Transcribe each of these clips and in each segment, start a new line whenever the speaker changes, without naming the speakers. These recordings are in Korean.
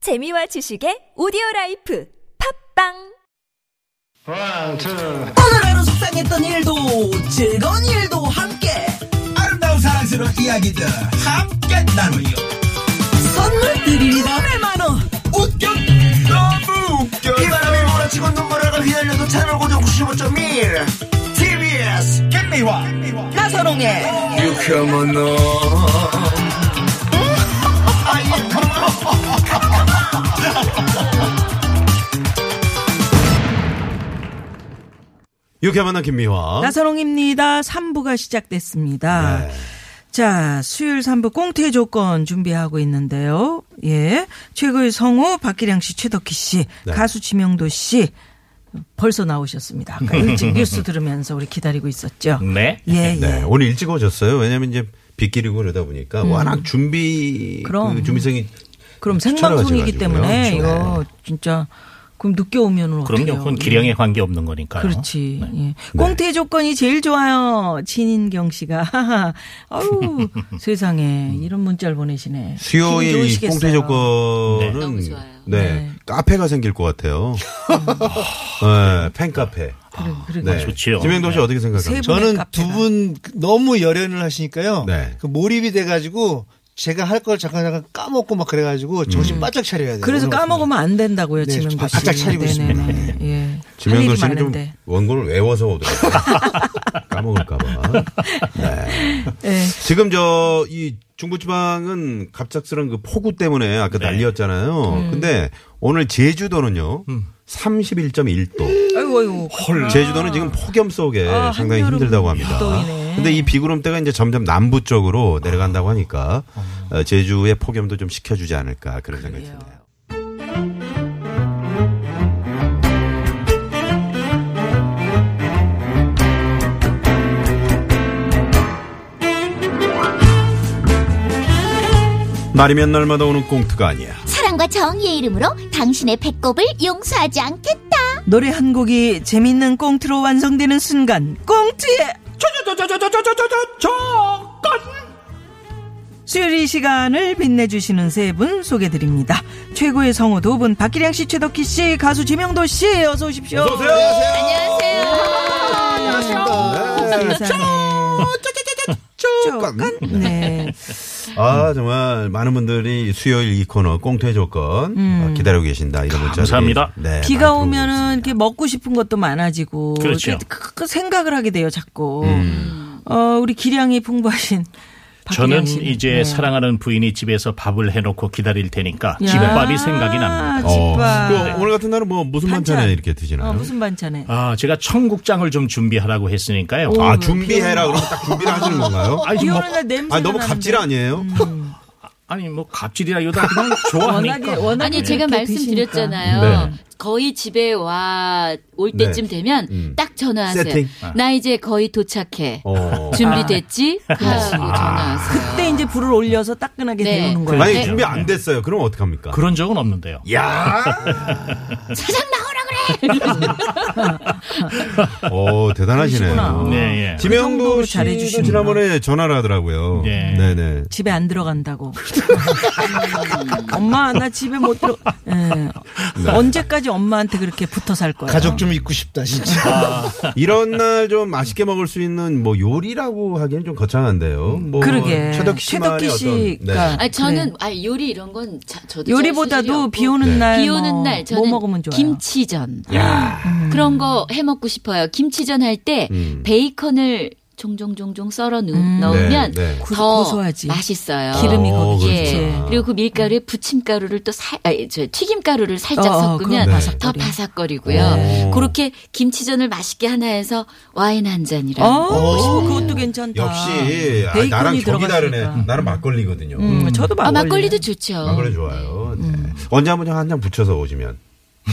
재미와 지식의 오디오 라이프 팝빵!
One, two.
오늘 하루 속상했던 일도 즐거운 일도 함께
아름다운 사랑스러운 이야기들 함께 나누요.
선물 드립니다 100만원
웃겨 너무 웃겨
이 바람이 몰아치고 눈물을 휘날려도 채널 고정 95.1 TBS
김미화
나선홍의
유쾌한 너
이렇게 만난 김미화.
나선홍입니다 3부가 시작됐습니다
네.
자 수요일 3부 꽁트의 조건 준비하고 있는데요 예 최고의 성우 박기량 씨 최덕희 씨
네.
가수 지명도 씨 벌써 나오셨습니다 아까 일찍 뉴스 들으면서 우리 기다리고 있었죠
네.
예, 예.
네, 오늘 일찍 오셨어요. 왜냐면 이제 빗길이고 그러다 보니까 워낙 준비
음. 그럼.
그 준비생이
그럼 생방송이기 때문에 이거 진짜 그럼 늦게 오면은 어떡해요? 예.
그럼요. 그건 기량에 관계없는 거니까요.
그렇지. 예. 꽁트의 조건이 제일 좋아요. 진인경 씨가. 아유, 세상에. 이런 문자를 보내시네. 기분
수요일 이
좋으시겠어요.
꽁트 조건은 네. 또 앞에가 생길 것 같아요. 네, 팬카페.
그래, 그래.
아, 좋지요.
지명도 씨
네.
어떻게
세
생각하세요?
분의
저는
카페가.
두 분 너무 열연을 하시니까요.
네.
뭐
그 몰입이 돼가지고 제가 할 걸 잠깐 잠깐 까먹고 막 그래가지고 정신 바짝 차려야 돼요.
그래서
오늘
까먹으면 안 된다고요,
네,
지금.
바- 바짝 차리고 있습니다.
예.
지명도
할 일이
씨는 좀
많은데.
원고를 외워서 오더라고요. 까먹을까봐. 네.
예.
지금 저 이 중부지방은 갑작스런 그 폭우 때문에 아까 난리였잖아요. 근데 오늘 제주도는요. 31.1도.
아이고, 아이고.
제주도는 지금 폭염 속에
아,
상당히
한여름
힘들다고 합니다.
무더위네.
근데 이 비구름대가 이제 점점 남부 쪽으로 내려간다고 하니까 어, 제주의 폭염도 좀 식혀주지 않을까 그런 생각이
그래요.
드네요. 날이면 날마다 오는 꽁트가 아니야.
사랑과 정의의 이름으로 당신의 배꼽을 용서하지 않겠다.
노래 한 곡이 재밌는 꽁트로 완성되는 순간 꽁트의 수요일 이 시간을 빛내주시는 세 분 소개드립니다. 최고의 성우 두 분 박기량 씨, 최덕희 씨, 가수 지명도 씨 어서 오십시오. 어서 오세요. 안녕하세요. 세상에. 쪼간. 네.
아 정말 많은 분들이 수요일 이 코너 꽁트의 조건 어, 기다리고 계신다 이런 문자
감사합니다.
네,
음. 비가
많이 들어오고
오면은 이렇게 먹고 싶은 것도 많아지고
그렇죠.
이렇게 그- 그 생각을 하게 돼요 자꾸. 어 우리 기량이 풍부하신 박기량
저는
씨는.
이제
네.
사랑하는 부인이 집에서 밥을 해놓고 기다릴 테니까 집밥이 생각이 납니다.
집밥.
그 오늘 같은 날은 뭐 무슨
반찬.
반찬에 이렇게 드시나요?
어, 무슨 반찬에?
아, 제가 청국장을 좀 준비하라고 했으니까요.
아 준비해라 그러면 딱 준비를 하시는 건가요?
아니,
비
뭐,
오는 날뭐 냄새.
아 너무 갑질 아니에요?
음.
아니, 뭐, 갑질이라기보다 그냥 좋아하니까.
워낙에
그러니까.
워낙에
아니 제가
네, 이렇게
말씀드렸잖아요. 네. 거의 집에 와 올
네.
때쯤 되면
음.
딱 전화하세요. 아.
세팅.
아.
나 이제 거의 도착해.
어.
준비됐지?
아.
하고 전화하세요.
그때 이제 불을 올려서 따끈하게
네.
데우는 거예요.
그래요.
만약에
네.
준비 안 됐어요. 그럼 어떡합니까?
그런 적은 없는데요.
사장 나오라 그래.
어 대단하시네요.
그러시구나.
네, 예.
정도로
지명도 씨도
잘해주시는구나.
지난번에 전화를 하더라고요.
네.
네네.
집에 안 들어간다고.
그러니까.
엄마 나 집에 못 들어. 예.
네.
언제까지 엄마한테 그렇게 붙어 살 거야?
가족 좀 있고 싶다 진짜.
이런 날 좀 맛있게 먹을 수 있는 뭐 요리라고 하기엔 좀 거창한데요. 뭐
음. 그러게.
최덕희
최덕기
씨만의 어떤
씨가
아 저는 아 요리 이런 건 자- 저도 잘 수준이
요리보다도
없고.
비
네.
오는 날,
네. 비 오는
뭐,
날 저는
뭐 먹으면 좋아요?
김치전 음. 그런 거 해 먹고 싶어요. 김치전 할 때
음.
베이컨을 종종 종종 썰어 넣-
음.
넣으면
네, 네.
더
고소하지.
맛있어요.
기름이
어,
거기.
그렇지.
예.
아.
그리고 그 밀가루에 부침가루를 또 살, 아니, 저 튀김가루를 살짝
어, 어,
섞으면
네.
그럼
더
바삭거리.
바삭거리고요.
오.
그렇게 김치전을 맛있게 하나 해서 와인 한 잔이랑.
어, 그것도 괜찮다.
역시 아,
베이컨이
나랑 저기 다르네.
들어갔으니까.
나는 막걸리거든요.
음, 저도
아,
막걸리.
막걸리도 좋죠.
막걸리 좋아요. 네. 언제 한번 한 장 붙여서 오시면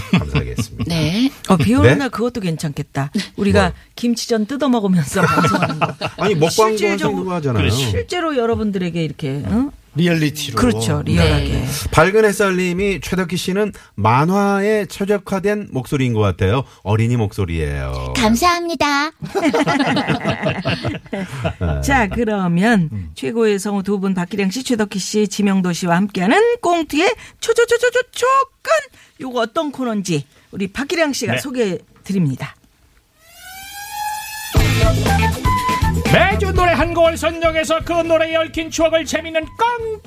감사하겠습니다.
네.
어, 비 오는
네?
날 그것도 괜찮겠다. 우리가
뭐?
김치전 뜯어 먹으면서 방송하는 거.
아니 먹방도
실질적으로-
하시는 거 하잖아요.
그렇지.
실제로 여러분들에게 이렇게 응?
리얼리티로.
그렇죠. 리얼하게.
네. 밝은 햇살님이 최덕희 씨는 만화에 최적화된 목소리인 것 같아요. 어린이 목소리예요.
감사합니다.
네.
자, 그러면
음.
최고의 성우 두 분 박기량 씨, 최덕희 씨, 지명도 씨와 함께하는 꽁트의 초초초초초 초건 요거 어떤 코너인지 우리 박기량 씨가
네.
소개해 드립니다.
매주 노래 한 곡을 선정해서 그 노래에 얽힌 추억을 재미있는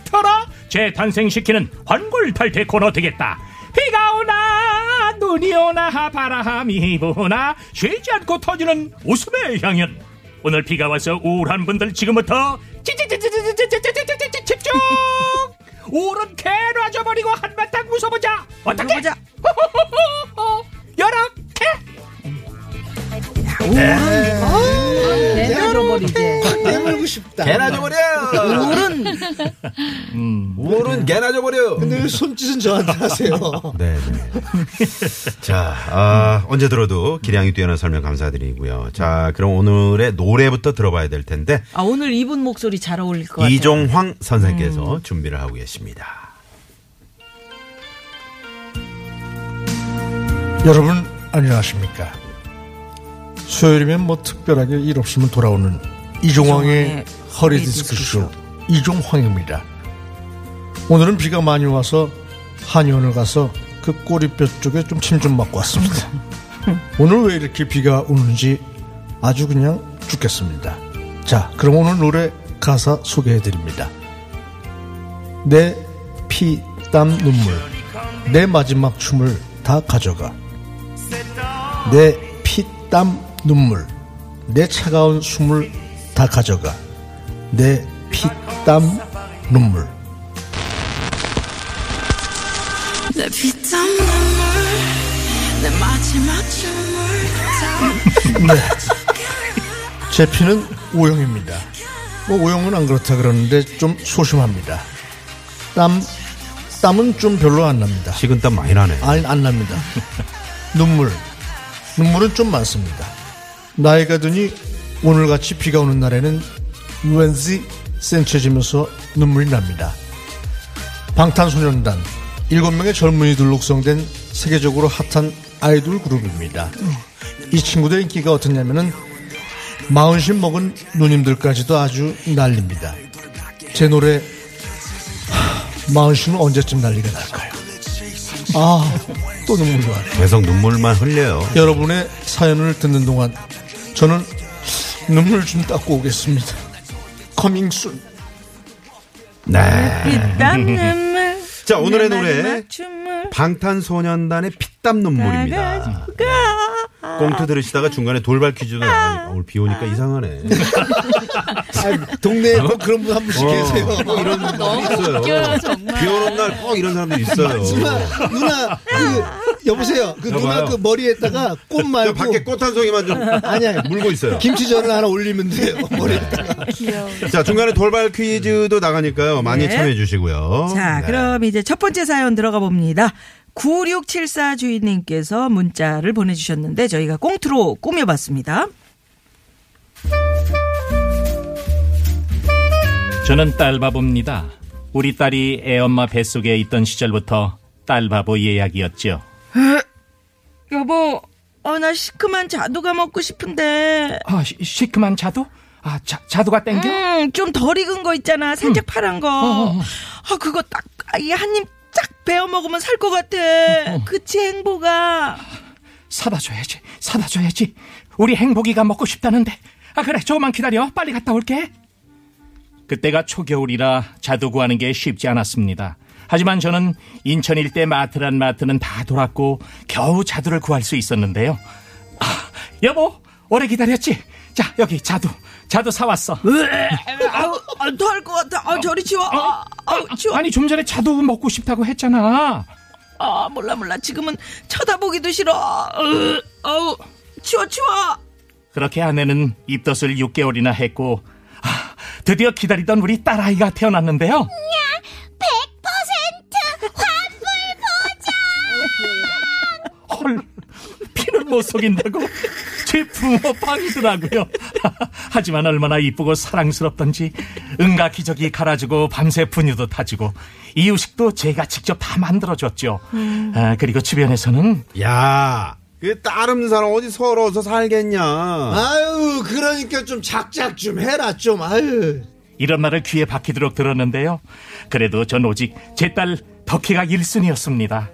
깡터라 재탄생시키는 환골탈태 코너 되겠다. 비가 오나 눈이 오나 바람이 부나 쉬지 않고 터지는 웃음의 향연. 오늘 비가 와서 우울한 분들 지금부터 찌찌찌찌찌찌찌찌찌찌찌 집중! 우울은 개 놔줘버리고 한바탕 웃어보자. 어떻게?
웃어보자.
이렇게.
네,
내가 잃어버리지.
내밀고 싶다.
개나 음. 줘버려!
오른
음. 우울은 개나 줘버려!
근데 왜 손짓은 저한테 하세요?
네, 네. 자, 아, 언제 들어도 기량이 뛰어난 설명 감사드리고요. 자, 그럼 오늘의 노래부터 들어봐야 될 텐데,
아 오늘 이분 목소리 잘 어울릴 것 같아요. 음.
이종황 선생께서 준비를 하고 계십니다.
여러분 안녕하십니까 수요일이면 뭐 특별하게 일 없으면 돌아오는 이종황의
이종황의
허리디스크쇼 이종황입니다 오늘은 비가 많이 와서 한의원을 가서 그 꼬리뼈 쪽에 좀 침 좀 맞고 왔습니다 오늘 왜 이렇게 비가 오는지 아주 그냥 죽겠습니다 자 그럼 오늘 노래 가사 소개해드립니다 내 피 땀 눈물 내 마지막 춤을 다 가져가 내 피 땀 눈물 내 차가운 숨을 다 가져가 내 피 땀 눈물 제 피는 오형입니다. 뭐 오형은 안 그렇다 그러는데 좀 소심합니다. 땀 땀은 좀 별로 안 납니다.
식은땀 많이 나네.
아니 안 납니다. 눈물 눈물은 좀 많습니다. 나이가 드니 오늘같이 비가 오는 날에는 왠지 센쳐지면서 눈물이 납니다. 방탄소년단 7명의 젊은이들로 구성된 세계적으로 핫한 아이돌 그룹입니다. 이 친구들 인기가 어떻냐면은 마흔씩 먹은 누님들까지도 아주 날립니다. 제 노래 하, 마흔씩은 언제쯤 난리가 날까요? 아 또 눈물이 와네.
계속 눈물만 흘려요.
여러분의 사연을 듣는 동안 저는 눈물 좀 닦고 오겠습니다. 커밍순.
네.
그 피땀 눈물.
자, 오늘의
내
노래.
마지막 춤을
방탄소년단의 피땀 눈물입니다.
가지고 가.
꽁트 들으시다가 중간에 돌발 퀴즈도 나가니까 오늘 비 오니까 이상하네.
아, 동네에 꼭 그런 분 한 분씩 계세요.
어, 이런 사람들 있어요. 비 오는 날 꼭 이런 사람들 있어요.
아, 누나, 누나, 그, 여보세요. 그 누나
여봐요.
그 머리에다가 꽃
저
말고
밖에 꽃 한 송이만 좀
아니야.
물고 있어요.
김치전을 하나 올리면 돼요. 머리에다가.
자 중간에 돌발 퀴즈도 나가니까요. 많이
네.
참여해 주시고요.
자,
네.
그럼 이제 첫 번째 사연 들어가 봅니다. 9674 주인님께서 문자를 보내주셨는데 저희가 꽁트로 꾸며봤습니다.
저는 딸바보입니다. 우리 딸이 애엄마 뱃속에 있던 시절부터 딸바보 예약이었죠.
여보, 어, 나 시큼한 자두가 먹고 싶은데.
아, 시, 시큼한 자두? 아, 자, 자두가 땡겨?
음, 좀 덜 익은 거 있잖아. 살짝 파란 거. 아, 그거 딱, 이 한 입 쫙 베어 먹으면 살 것 같아. 그치, 행복아.
사다 줘야지, 사다 줘야지. 우리 행복이가 먹고 싶다는데. 아, 그래, 조금만 기다려. 빨리 갔다 올게. 그때가 초겨울이라 자두 구하는 게 쉽지 않았습니다. 하지만 저는 인천 일대 마트란 마트는 다 돌았고 겨우 자두를 구할 수 있었는데요. 아, 여보, 오래 기다렸지? 자, 여기 자두. 자두 사왔어.
아우, 아, 더할 것 같아. 아, 저리 치워. 아, 아우, 치워.
아니 좀 전에 자두 먹고 싶다고 했잖아.
아 몰라 몰라 지금은 쳐다보기도 싫어 으, 어우 치워 치워
그렇게 아내는 입덧을 6개월이나 했고 아, 드디어 기다리던 우리 딸아이가 태어났는데요.
100%
헐, 피를 못 속인다고. 제 부모 빵이더라고요. 하지만 얼마나 이쁘고 사랑스럽던지 응가 기저귀 갈아주고 밤새 분유도 타주고 이유식도 제가 직접 다 만들어줬죠. 아, 그리고 주변에서는
야, 그 다른 사람 어디 서러워서 살겠냐.
아유, 그러니까 좀 작작 좀 해라, 좀, 아유.
이런 말을 귀에 박히도록 들었는데요. 그래도 전 오직 제 딸 덕희가 1순위였습니다.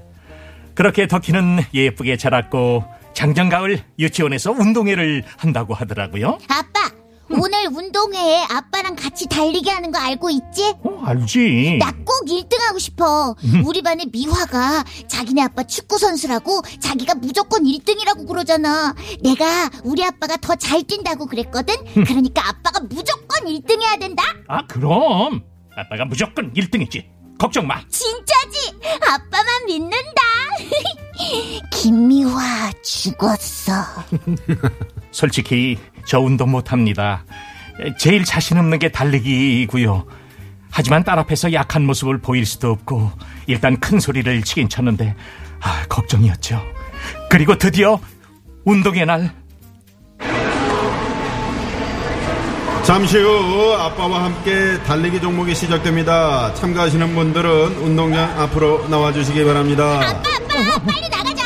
그렇게 덕희는 예쁘게 자랐고 작년가을 유치원에서 운동회를 한다고 하더라고요.
아빠, 오늘 운동회에 아빠랑 같이 달리기 하는 거 알고 있지?
어, 알지.
나 꼭 1등하고 싶어. 우리 반에 미화가 자기네 아빠 축구 선수라고 자기가 무조건 1등이라고 그러잖아. 내가 우리 아빠가 더 잘 뛴다고 그랬거든. 그러니까 아빠가 무조건 1등해야 된다.
아, 그럼. 아빠가 무조건 1등이지. 걱정 마.
진짜지? 아빠만 믿는다. 김미화 죽었어.
솔직히 저 운동 못합니다. 제일 자신 없는 게 달리기이고요. 하지만 딸 앞에서 약한 모습을 보일 수도 없고 일단 큰 소리를 치긴 쳤는데 아, 걱정이었죠. 그리고 드디어 운동의 날
잠시 후 아빠와 함께 달리기 종목이 시작됩니다. 참가하시는 분들은 운동장 앞으로 나와주시기 바랍니다.
아빠 빨리 나가자.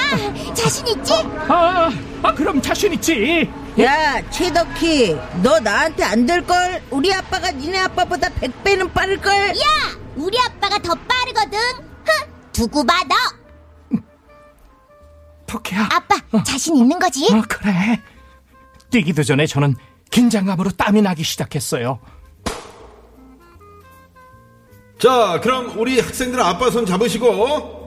자신 있지?
아, 아 그럼 자신 있지.
야, 최덕희, 너 나한테 안 될걸? 우리 아빠가 니네 아빠보다 100배는 빠를걸?
야, 우리 아빠가 더 빠르거든. 흥, 두고 봐 너.
토끼야.
아빠 자신 있는 거지?
어, 그래. 뛰기도 전에 저는 긴장감으로 땀이 나기 시작했어요.
자, 그럼 우리 학생들 아빠 손 잡으시고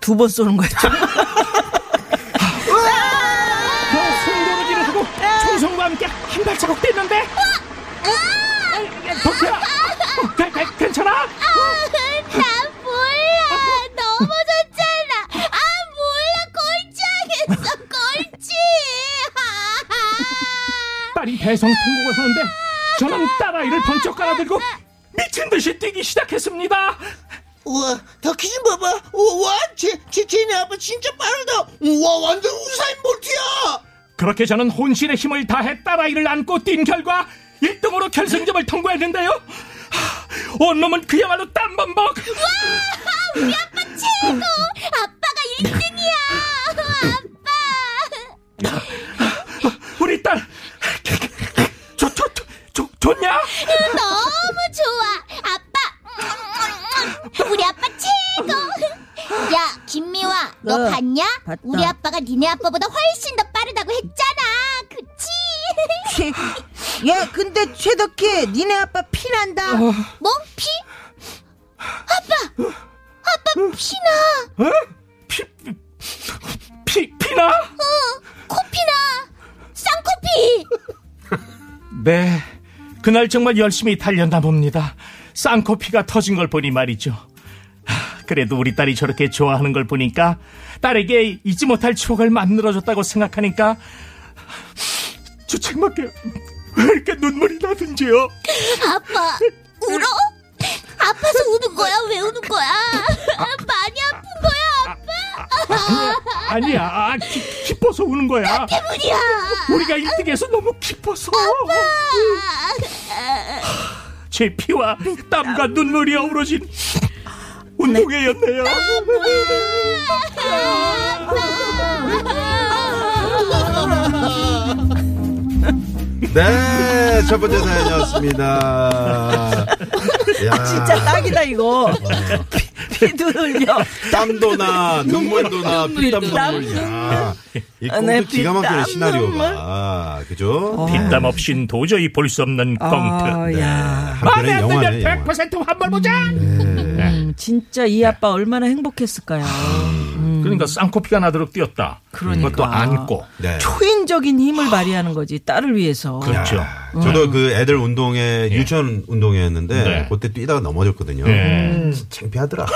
두 번 쏘는 거야.
숨겨루기를 하고 충성과 함께 한 발자국 뛰는데. 아. 도쿄야, 아. 어, 괜찮아?
나 몰라 넘어졌잖아. 아 몰라 꼴찌하겠어 꼴찌.
딸이 대성통곡을 하는데 저는 딸아이를 번쩍 깔아들고 미친 듯이 뛰기 시작했습니다.
우와, 덕희 좀 봐봐. 우와, 쟤, 쟤, 쟤네 아빠 진짜 빠르다. 우와, 완전 우사인 볼트야.
그렇게 저는 혼신의 힘을 다해 딸아이를 안고 뛴 결과 1등으로 결승점을 통과했는데요. 하, 온놈은 그야말로 땀범벅.
최고 아빠가 1등이야 아빠.
우리 딸, 좋, 좋, 좋, 좋냐?
너무 좋아 아빠. 우리 아빠 최고. 야 김미화 너
어,
봤냐?
봤다.
우리 아빠가 니네 아빠보다 훨씬 더 빠르다고 했잖아. 그치?
최, 야, 근데 최덕희, 니네 아빠 피난다.
뭔 피? 아빠! 아빠 피나!
어? 피, 피, 피나?
어, 코피나! 쌍코피!
네. 그날 정말 열심히 달렸나 봅니다. 쌍코피가 터진 걸 보니 말이죠. 하, 그래도 우리 딸이 저렇게 좋아하는 걸 보니까 딸에게 잊지 못할 추억을 만들어줬다고 생각하니까 저 책밖에 왜 이렇게 눈물이 나든지요?
아빠, 울어? 아파서 우는 거야? 왜 우는 거야? 많이 아픈 거야, 아빠?
아니야, 아, 기, 기뻐서 우는 거야.
때문이야!
우리가 1등해서 너무 기뻐서. 제 피와 땀과 눈물이 어우러진 운동회였네요.
네, 첫 번째 사연이었습니다. 야,
진짜 딱이다 이거. 피, 도 흘려.
땀도 나, 눈물도 나, 핏땀도
나.
나. 이
아, 내
꽁트 기가 막히네,
땀, 어.
시나리오가. 그죠? 네.
뒷담 없인 도저히 볼 수 없는
아,
꽁트.
야.
한편의 영화네, 영화.
100% 환불 보장.
음, 진짜 이 아빠 얼마나 행복했을까요.
음.
그러니까 쌍코피가 나도록 뛰었다.
그러니까.
것도 안고.
네.
초인적인 힘을 발휘하는 거지 딸을 위해서.
그렇죠.
야, 저도 그 애들 운동회 유치원 운동회였는데
네.
그때 뛰다가 넘어졌거든요.
음.
예.
진짜 창피하더라.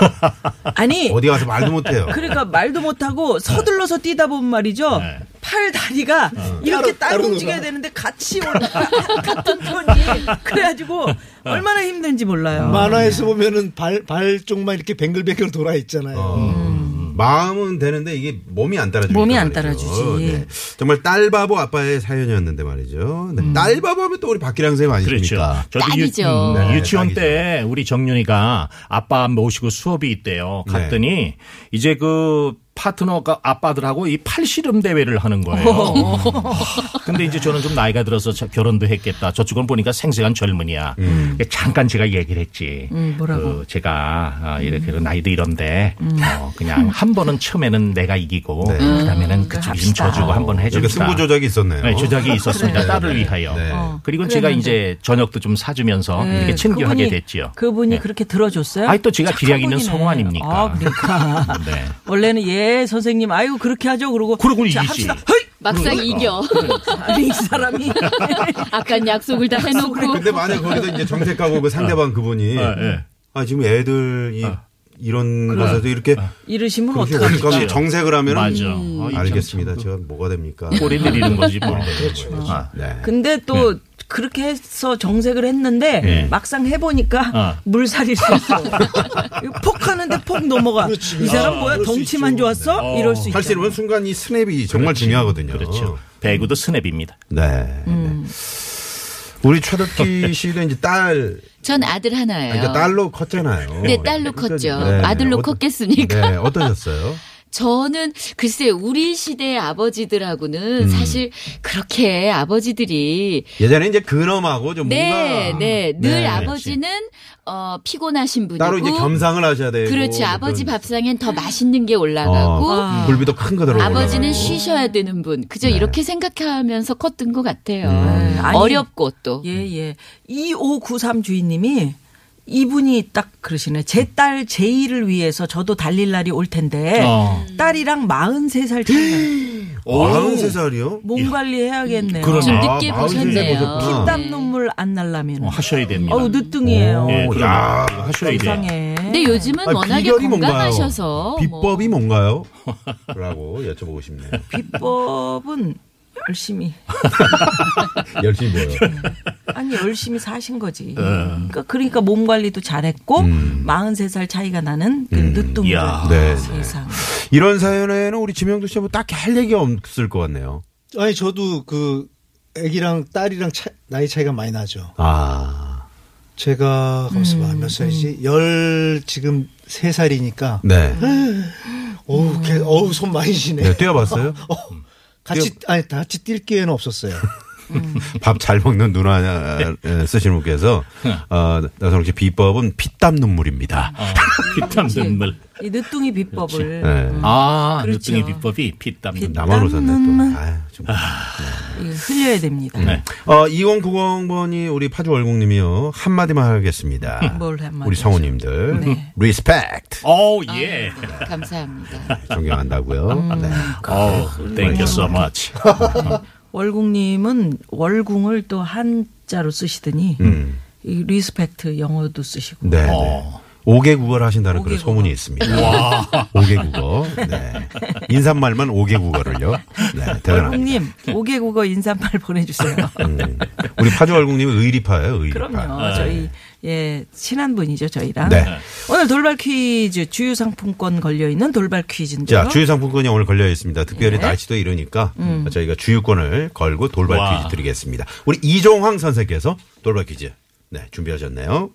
아니
네.
어디 가서 말도 못해요.
그러니까 말도 못하고 서둘러서 뛰다 보면 말이죠.
네. 어.
팔 다리가 이렇게 따로, 움직여야 되는데 같이 올라 같은 편이 그래가지고
어.
얼마나
음.
힘든지 몰라요.
만화에서 보면은 발, 발 쪽만 이렇게 뱅글뱅글 돌아 있잖아요.
어, 마음은 되는데 이게 몸이 안 따라주니까
몸이 안
말이죠.
따라주지.
네. 정말 딸바보 아빠의 사연이었는데 말이죠.
음.
네. 딸바보 하면 또 우리 박기량 선생님 아니십니까?
그렇죠. 저도 음,
딱이죠.
네,
유치원
딱이죠.
때 우리 정윤이가 아빠 모시고 수업이 있대요.
네.
갔더니 이제 그 파트너가 아빠들하고 이 팔씨름 대회를 하는 거예요. 근데 이제 저는 좀 나이가 들어서 저- 결혼도 했겠다. 저쪽은 보니까 생생한 젊은이야.
음.
그러니까 잠깐 제가 얘기를 했지.
뭐라고?
그 제가 아, 이렇게 이런 나이도 이런데 어, 그냥 한 번은 처음에는 내가 이기고 그다음에는 그쪽이 좀 져주고 한 번
네. 여기
해줍시다.
승부 조작이 있었네요.
네, 조작이 있었습니다.
어? 그래요.
딸을
네.
위하여.
네.
그리고 제가 이제 저녁도 좀 사주면서
어, 네,
이렇게 챙겨하게
그분이-
됐지요.
그분이
네.
그렇게 들어줬어요?
아니, 또 제가
착한
기량 있는
분이네.
성우 아닙니까?
아, 그러니까.
네.
원래는 예 선생님 아이고 그렇게 하죠 그러고
그러고는
자,
이기지.
합시다. 헤이!
막상 이겨.
아니, 이 사람이
아까 약속을 다 해놓고.
근데 만약 거기서 이제 정색하고 그 상대방 그분이
어, 예. 어.
아 지금 애들 이 이런 것에서 이렇게
이러시면
그렇게
어떡합니까?
올까면 정색을 하면
맞아. 아, 이
알겠습니다. 제가 뭐가 됩니까?
꼬리 내리는 거지, 뭐.
어, 그렇죠.
아.
네.
근데 또 그렇게 해서 정색을 했는데
네.
막상 해보니까
어.
물살이 있어. 폭 하는데 폭 넘어가. 이 사람 뭐야 덩치만 좋았어?
네.
이럴 수 있죠.
사실 이런 순간 이 스냅이 정말 중요하거든요.
그렇죠. 배구도 스냅입니다.
네.
음.
우리 최덕기 씨는 이제 딸,
네. 전 아들 하나예요.
그러니까 딸로 컸잖아요. 그러니까
네, 딸로 컸죠. 아들로
어떠-
컸겠습니까?
네, 어떠셨어요?
저는 글쎄 우리 시대 아버지들하고는 사실 그렇게 아버지들이
음. 예전에 이제 근엄하고 좀
네,
뭔가
네. 늘
네,
아버지는 어, 피곤하신 분이고
따로 이제 어, 그러니까. 겸상을 하셔야 되고
그렇지. 아버지 밥상엔 더 맛있는 게 올라가고
어, 굴비도 큰 거 들어가고
아버지는 쉬셔야 되는 분. 그저
네.
이렇게 생각하면서 컸던 것 같아요. 네.
아니,
어렵고 또.
예, 예. 2593 주인님이 이분이 딱 그러시네. 제 딸 제이를 위해서 저도 달릴 날이 올 텐데
어.
딸이랑 43살 차이.
93살이요?
몸 관리해야겠네요.
그렇죠.
그러네.
좀
아,
늦게
마흔 세세
보셨네요.
보셨구나.
땀 음. 눈물 아, 안 날라면.
어, 하셔야 됩니다.
어우 늦둥이에요.
예, 그럼
야,
이거 하셔야 돼요.
이상해.
근데 요즘은
네. 아니,
워낙에
비결이 뭔가요?
건강하셔서 뭐
비법이 뭔가요? 라고 여쭤보고 싶네요.
비법은 열심히
열심히 뭐요?
아니 열심히 사신 거지.
어.
그러니까, 그러니까 몸 관리도 잘했고
음.
43살 차이가 나는 그 늦둥이
이야.
아,
네,
세상.
이런 사연에는 우리 지명도 씨하고 딱히 할 얘기 없을 것 같네요.
아니 저도 그 애기랑 딸이랑 차- 나이 차이가 많이 나죠.
아,
제가 가만있어
음,
봐몇 살이지? 열 지금 세 살이니까
네.
음.
어우 걔 어우 손 많이 시네.
네, 뛰어봤어요?
어, 같이 아니 다 같이 뛸 기회는 없었어요.
밥 잘 먹는 누나
네.
에, 쓰시는 분께서 어, 나선홍 씨 비법은 피땀 눈물입니다.
아,
피땀 눈물.
이 늦둥이 비법을
네.
아,
그렇죠.
늦둥이 비법이 피땀 눈물.
나만 웃었네
눈물.
또. 아유, 좀.
예, 흘려야 됩니다.
네.
어, 2090번이 우리 파주 월국님이요 한마디만 하겠습니다.
뭘 한마디
우리 성우님들
네.
리스펙트
오, 예.
감사합니다.
존경한다고요.
음.
네.
아,
오, 땡큐 Oh, so much.
월궁님은 월궁을 또 한자로 쓰시더니
음.
이 리스펙트 영어도 쓰시고
네.
어.
5개 국어를 하신다는 그런
오개국어.
소문이 있습니다. 오 5개 국어. 네. 인사말만 5개 국어를요. 네, 대단합니다.
월궁님 5개국어 인사말 보내주세요.
음. 우리 파주 월국님은 아, 의리파예요, 의리파.
그럼요. 저희 예 친한 분이죠 저희랑.
네.
오늘 돌발 퀴즈 주유 상품권 걸려 있는 돌발 퀴즈인데요. 네.
자, 주유상품권이 오늘 걸려 있습니다. 특별히 날씨도 이러니까
음.
저희가 주유권을 걸고 돌발
와.
퀴즈 드리겠습니다. 우리 이종황 선생께서 돌발 퀴즈 네, 준비하셨네요.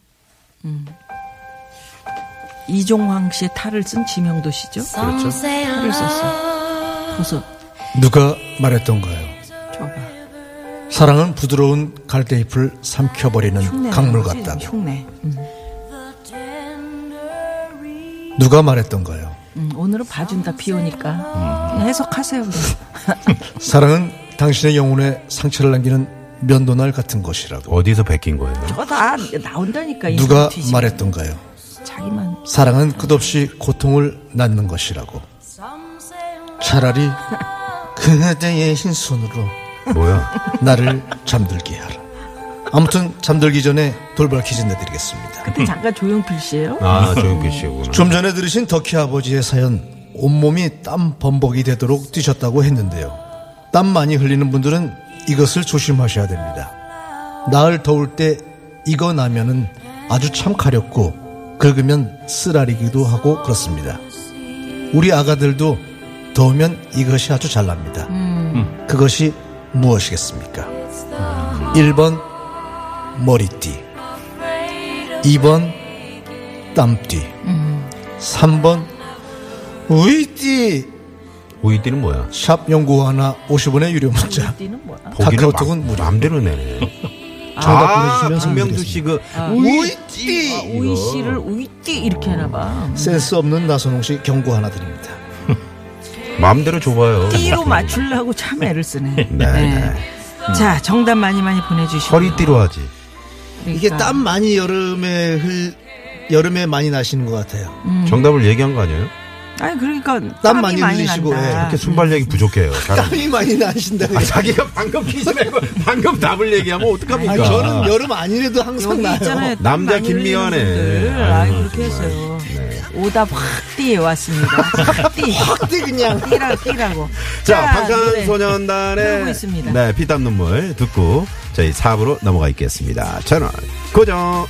이종황 씨의 탈을 쓴 지명도 씨죠. 그렇죠. 탈을 썼어. 보소
누가 말했던가요?
줘봐.
사랑은 부드러운 갈대잎을 삼켜버리는
흉내
강물
나지?
같다고.
흉내. 음.
누가 말했던가요?
음, 오늘은 봐준다 비 오니까 그냥 해석하세요. 그냥.
사랑은 당신의 영혼에 상처를 남기는 면도날 같은 것이라고.
어디서 베낀 거예요?
저다 나온다니까. 이
누가
뒤집어.
말했던가요?
자기만
사랑은 끝없이 고통을 낳는 것이라고. 차라리 그대의 흰 손으로
뭐야?
나를 잠들게 하라. 아무튼 잠들기 전에 돌발 퀴즈 내드리겠습니다.
그때 잠깐 조용필 씨예요.
아, 조용필 씨구나.
좀 전에 들으신 더키 아버지의 사연 온몸이 땀 범벅이 되도록 뛰셨다고 했는데요. 땀 많이 흘리는 분들은 이것을 조심하셔야 됩니다. 나을 더울 때 이거 나면은 아주 참 가렵고 긁으면 쓰라리기도 하고 그렇습니다. 우리 아가들도 더우면 이것이 아주 잘납니다.
음.
음. 그것이 무엇이겠습니까? 1번 머리띠 2번 땀띠 3번 우이띠
오이띠는 뭐야?
샵 연구 하나 50원의 유료 문자
보기는
카카오톡은
마, 마음대로 내네.
정답 보내주시면
아. 박명수 씨그
아.
우이띠
음.
오이 씨를 오이띠 이렇게 하나 봐.
센스 없는 나선홍 씨 경고 하나 드립니다.
마음대로 줘봐요.
띠로 맞추려고 참 애를 쓰네.
네.
자, 정답 많이 많이 보내주시고. 그러니까.
허리띠로 하지.
이게 땀 많이 여름에 흘 여름에 많이 나시는 것 같아요.
정답을 얘기한 거 아니에요?
음. 아니, 그러니까.
땀
땀이
많이 흘리시고,
난다.
이렇게 순발력이 부족해요. 사람.
땀이 많이 나신다.
아, 자기가 방금 퀴즈 내고 방금 답을 얘기하면 어떡합니까?
아니, 저는 여름 아니래도 항상
여기
나요.
있잖아요.
남자
땀 많이
김미화네.
흘리는
아유,
분들.
네.
아이, 그렇게
정말.
했어요. 오답 확 띠에 왔습니다. 확 띠.
그때 그냥
띠라, 띠라고.
자,
노래. 들어오고
방탄소년단의
네. 있습니다.
네, 피땀 눈물 듣고 저희 4부로 넘어가 있겠습니다. 채널 고정.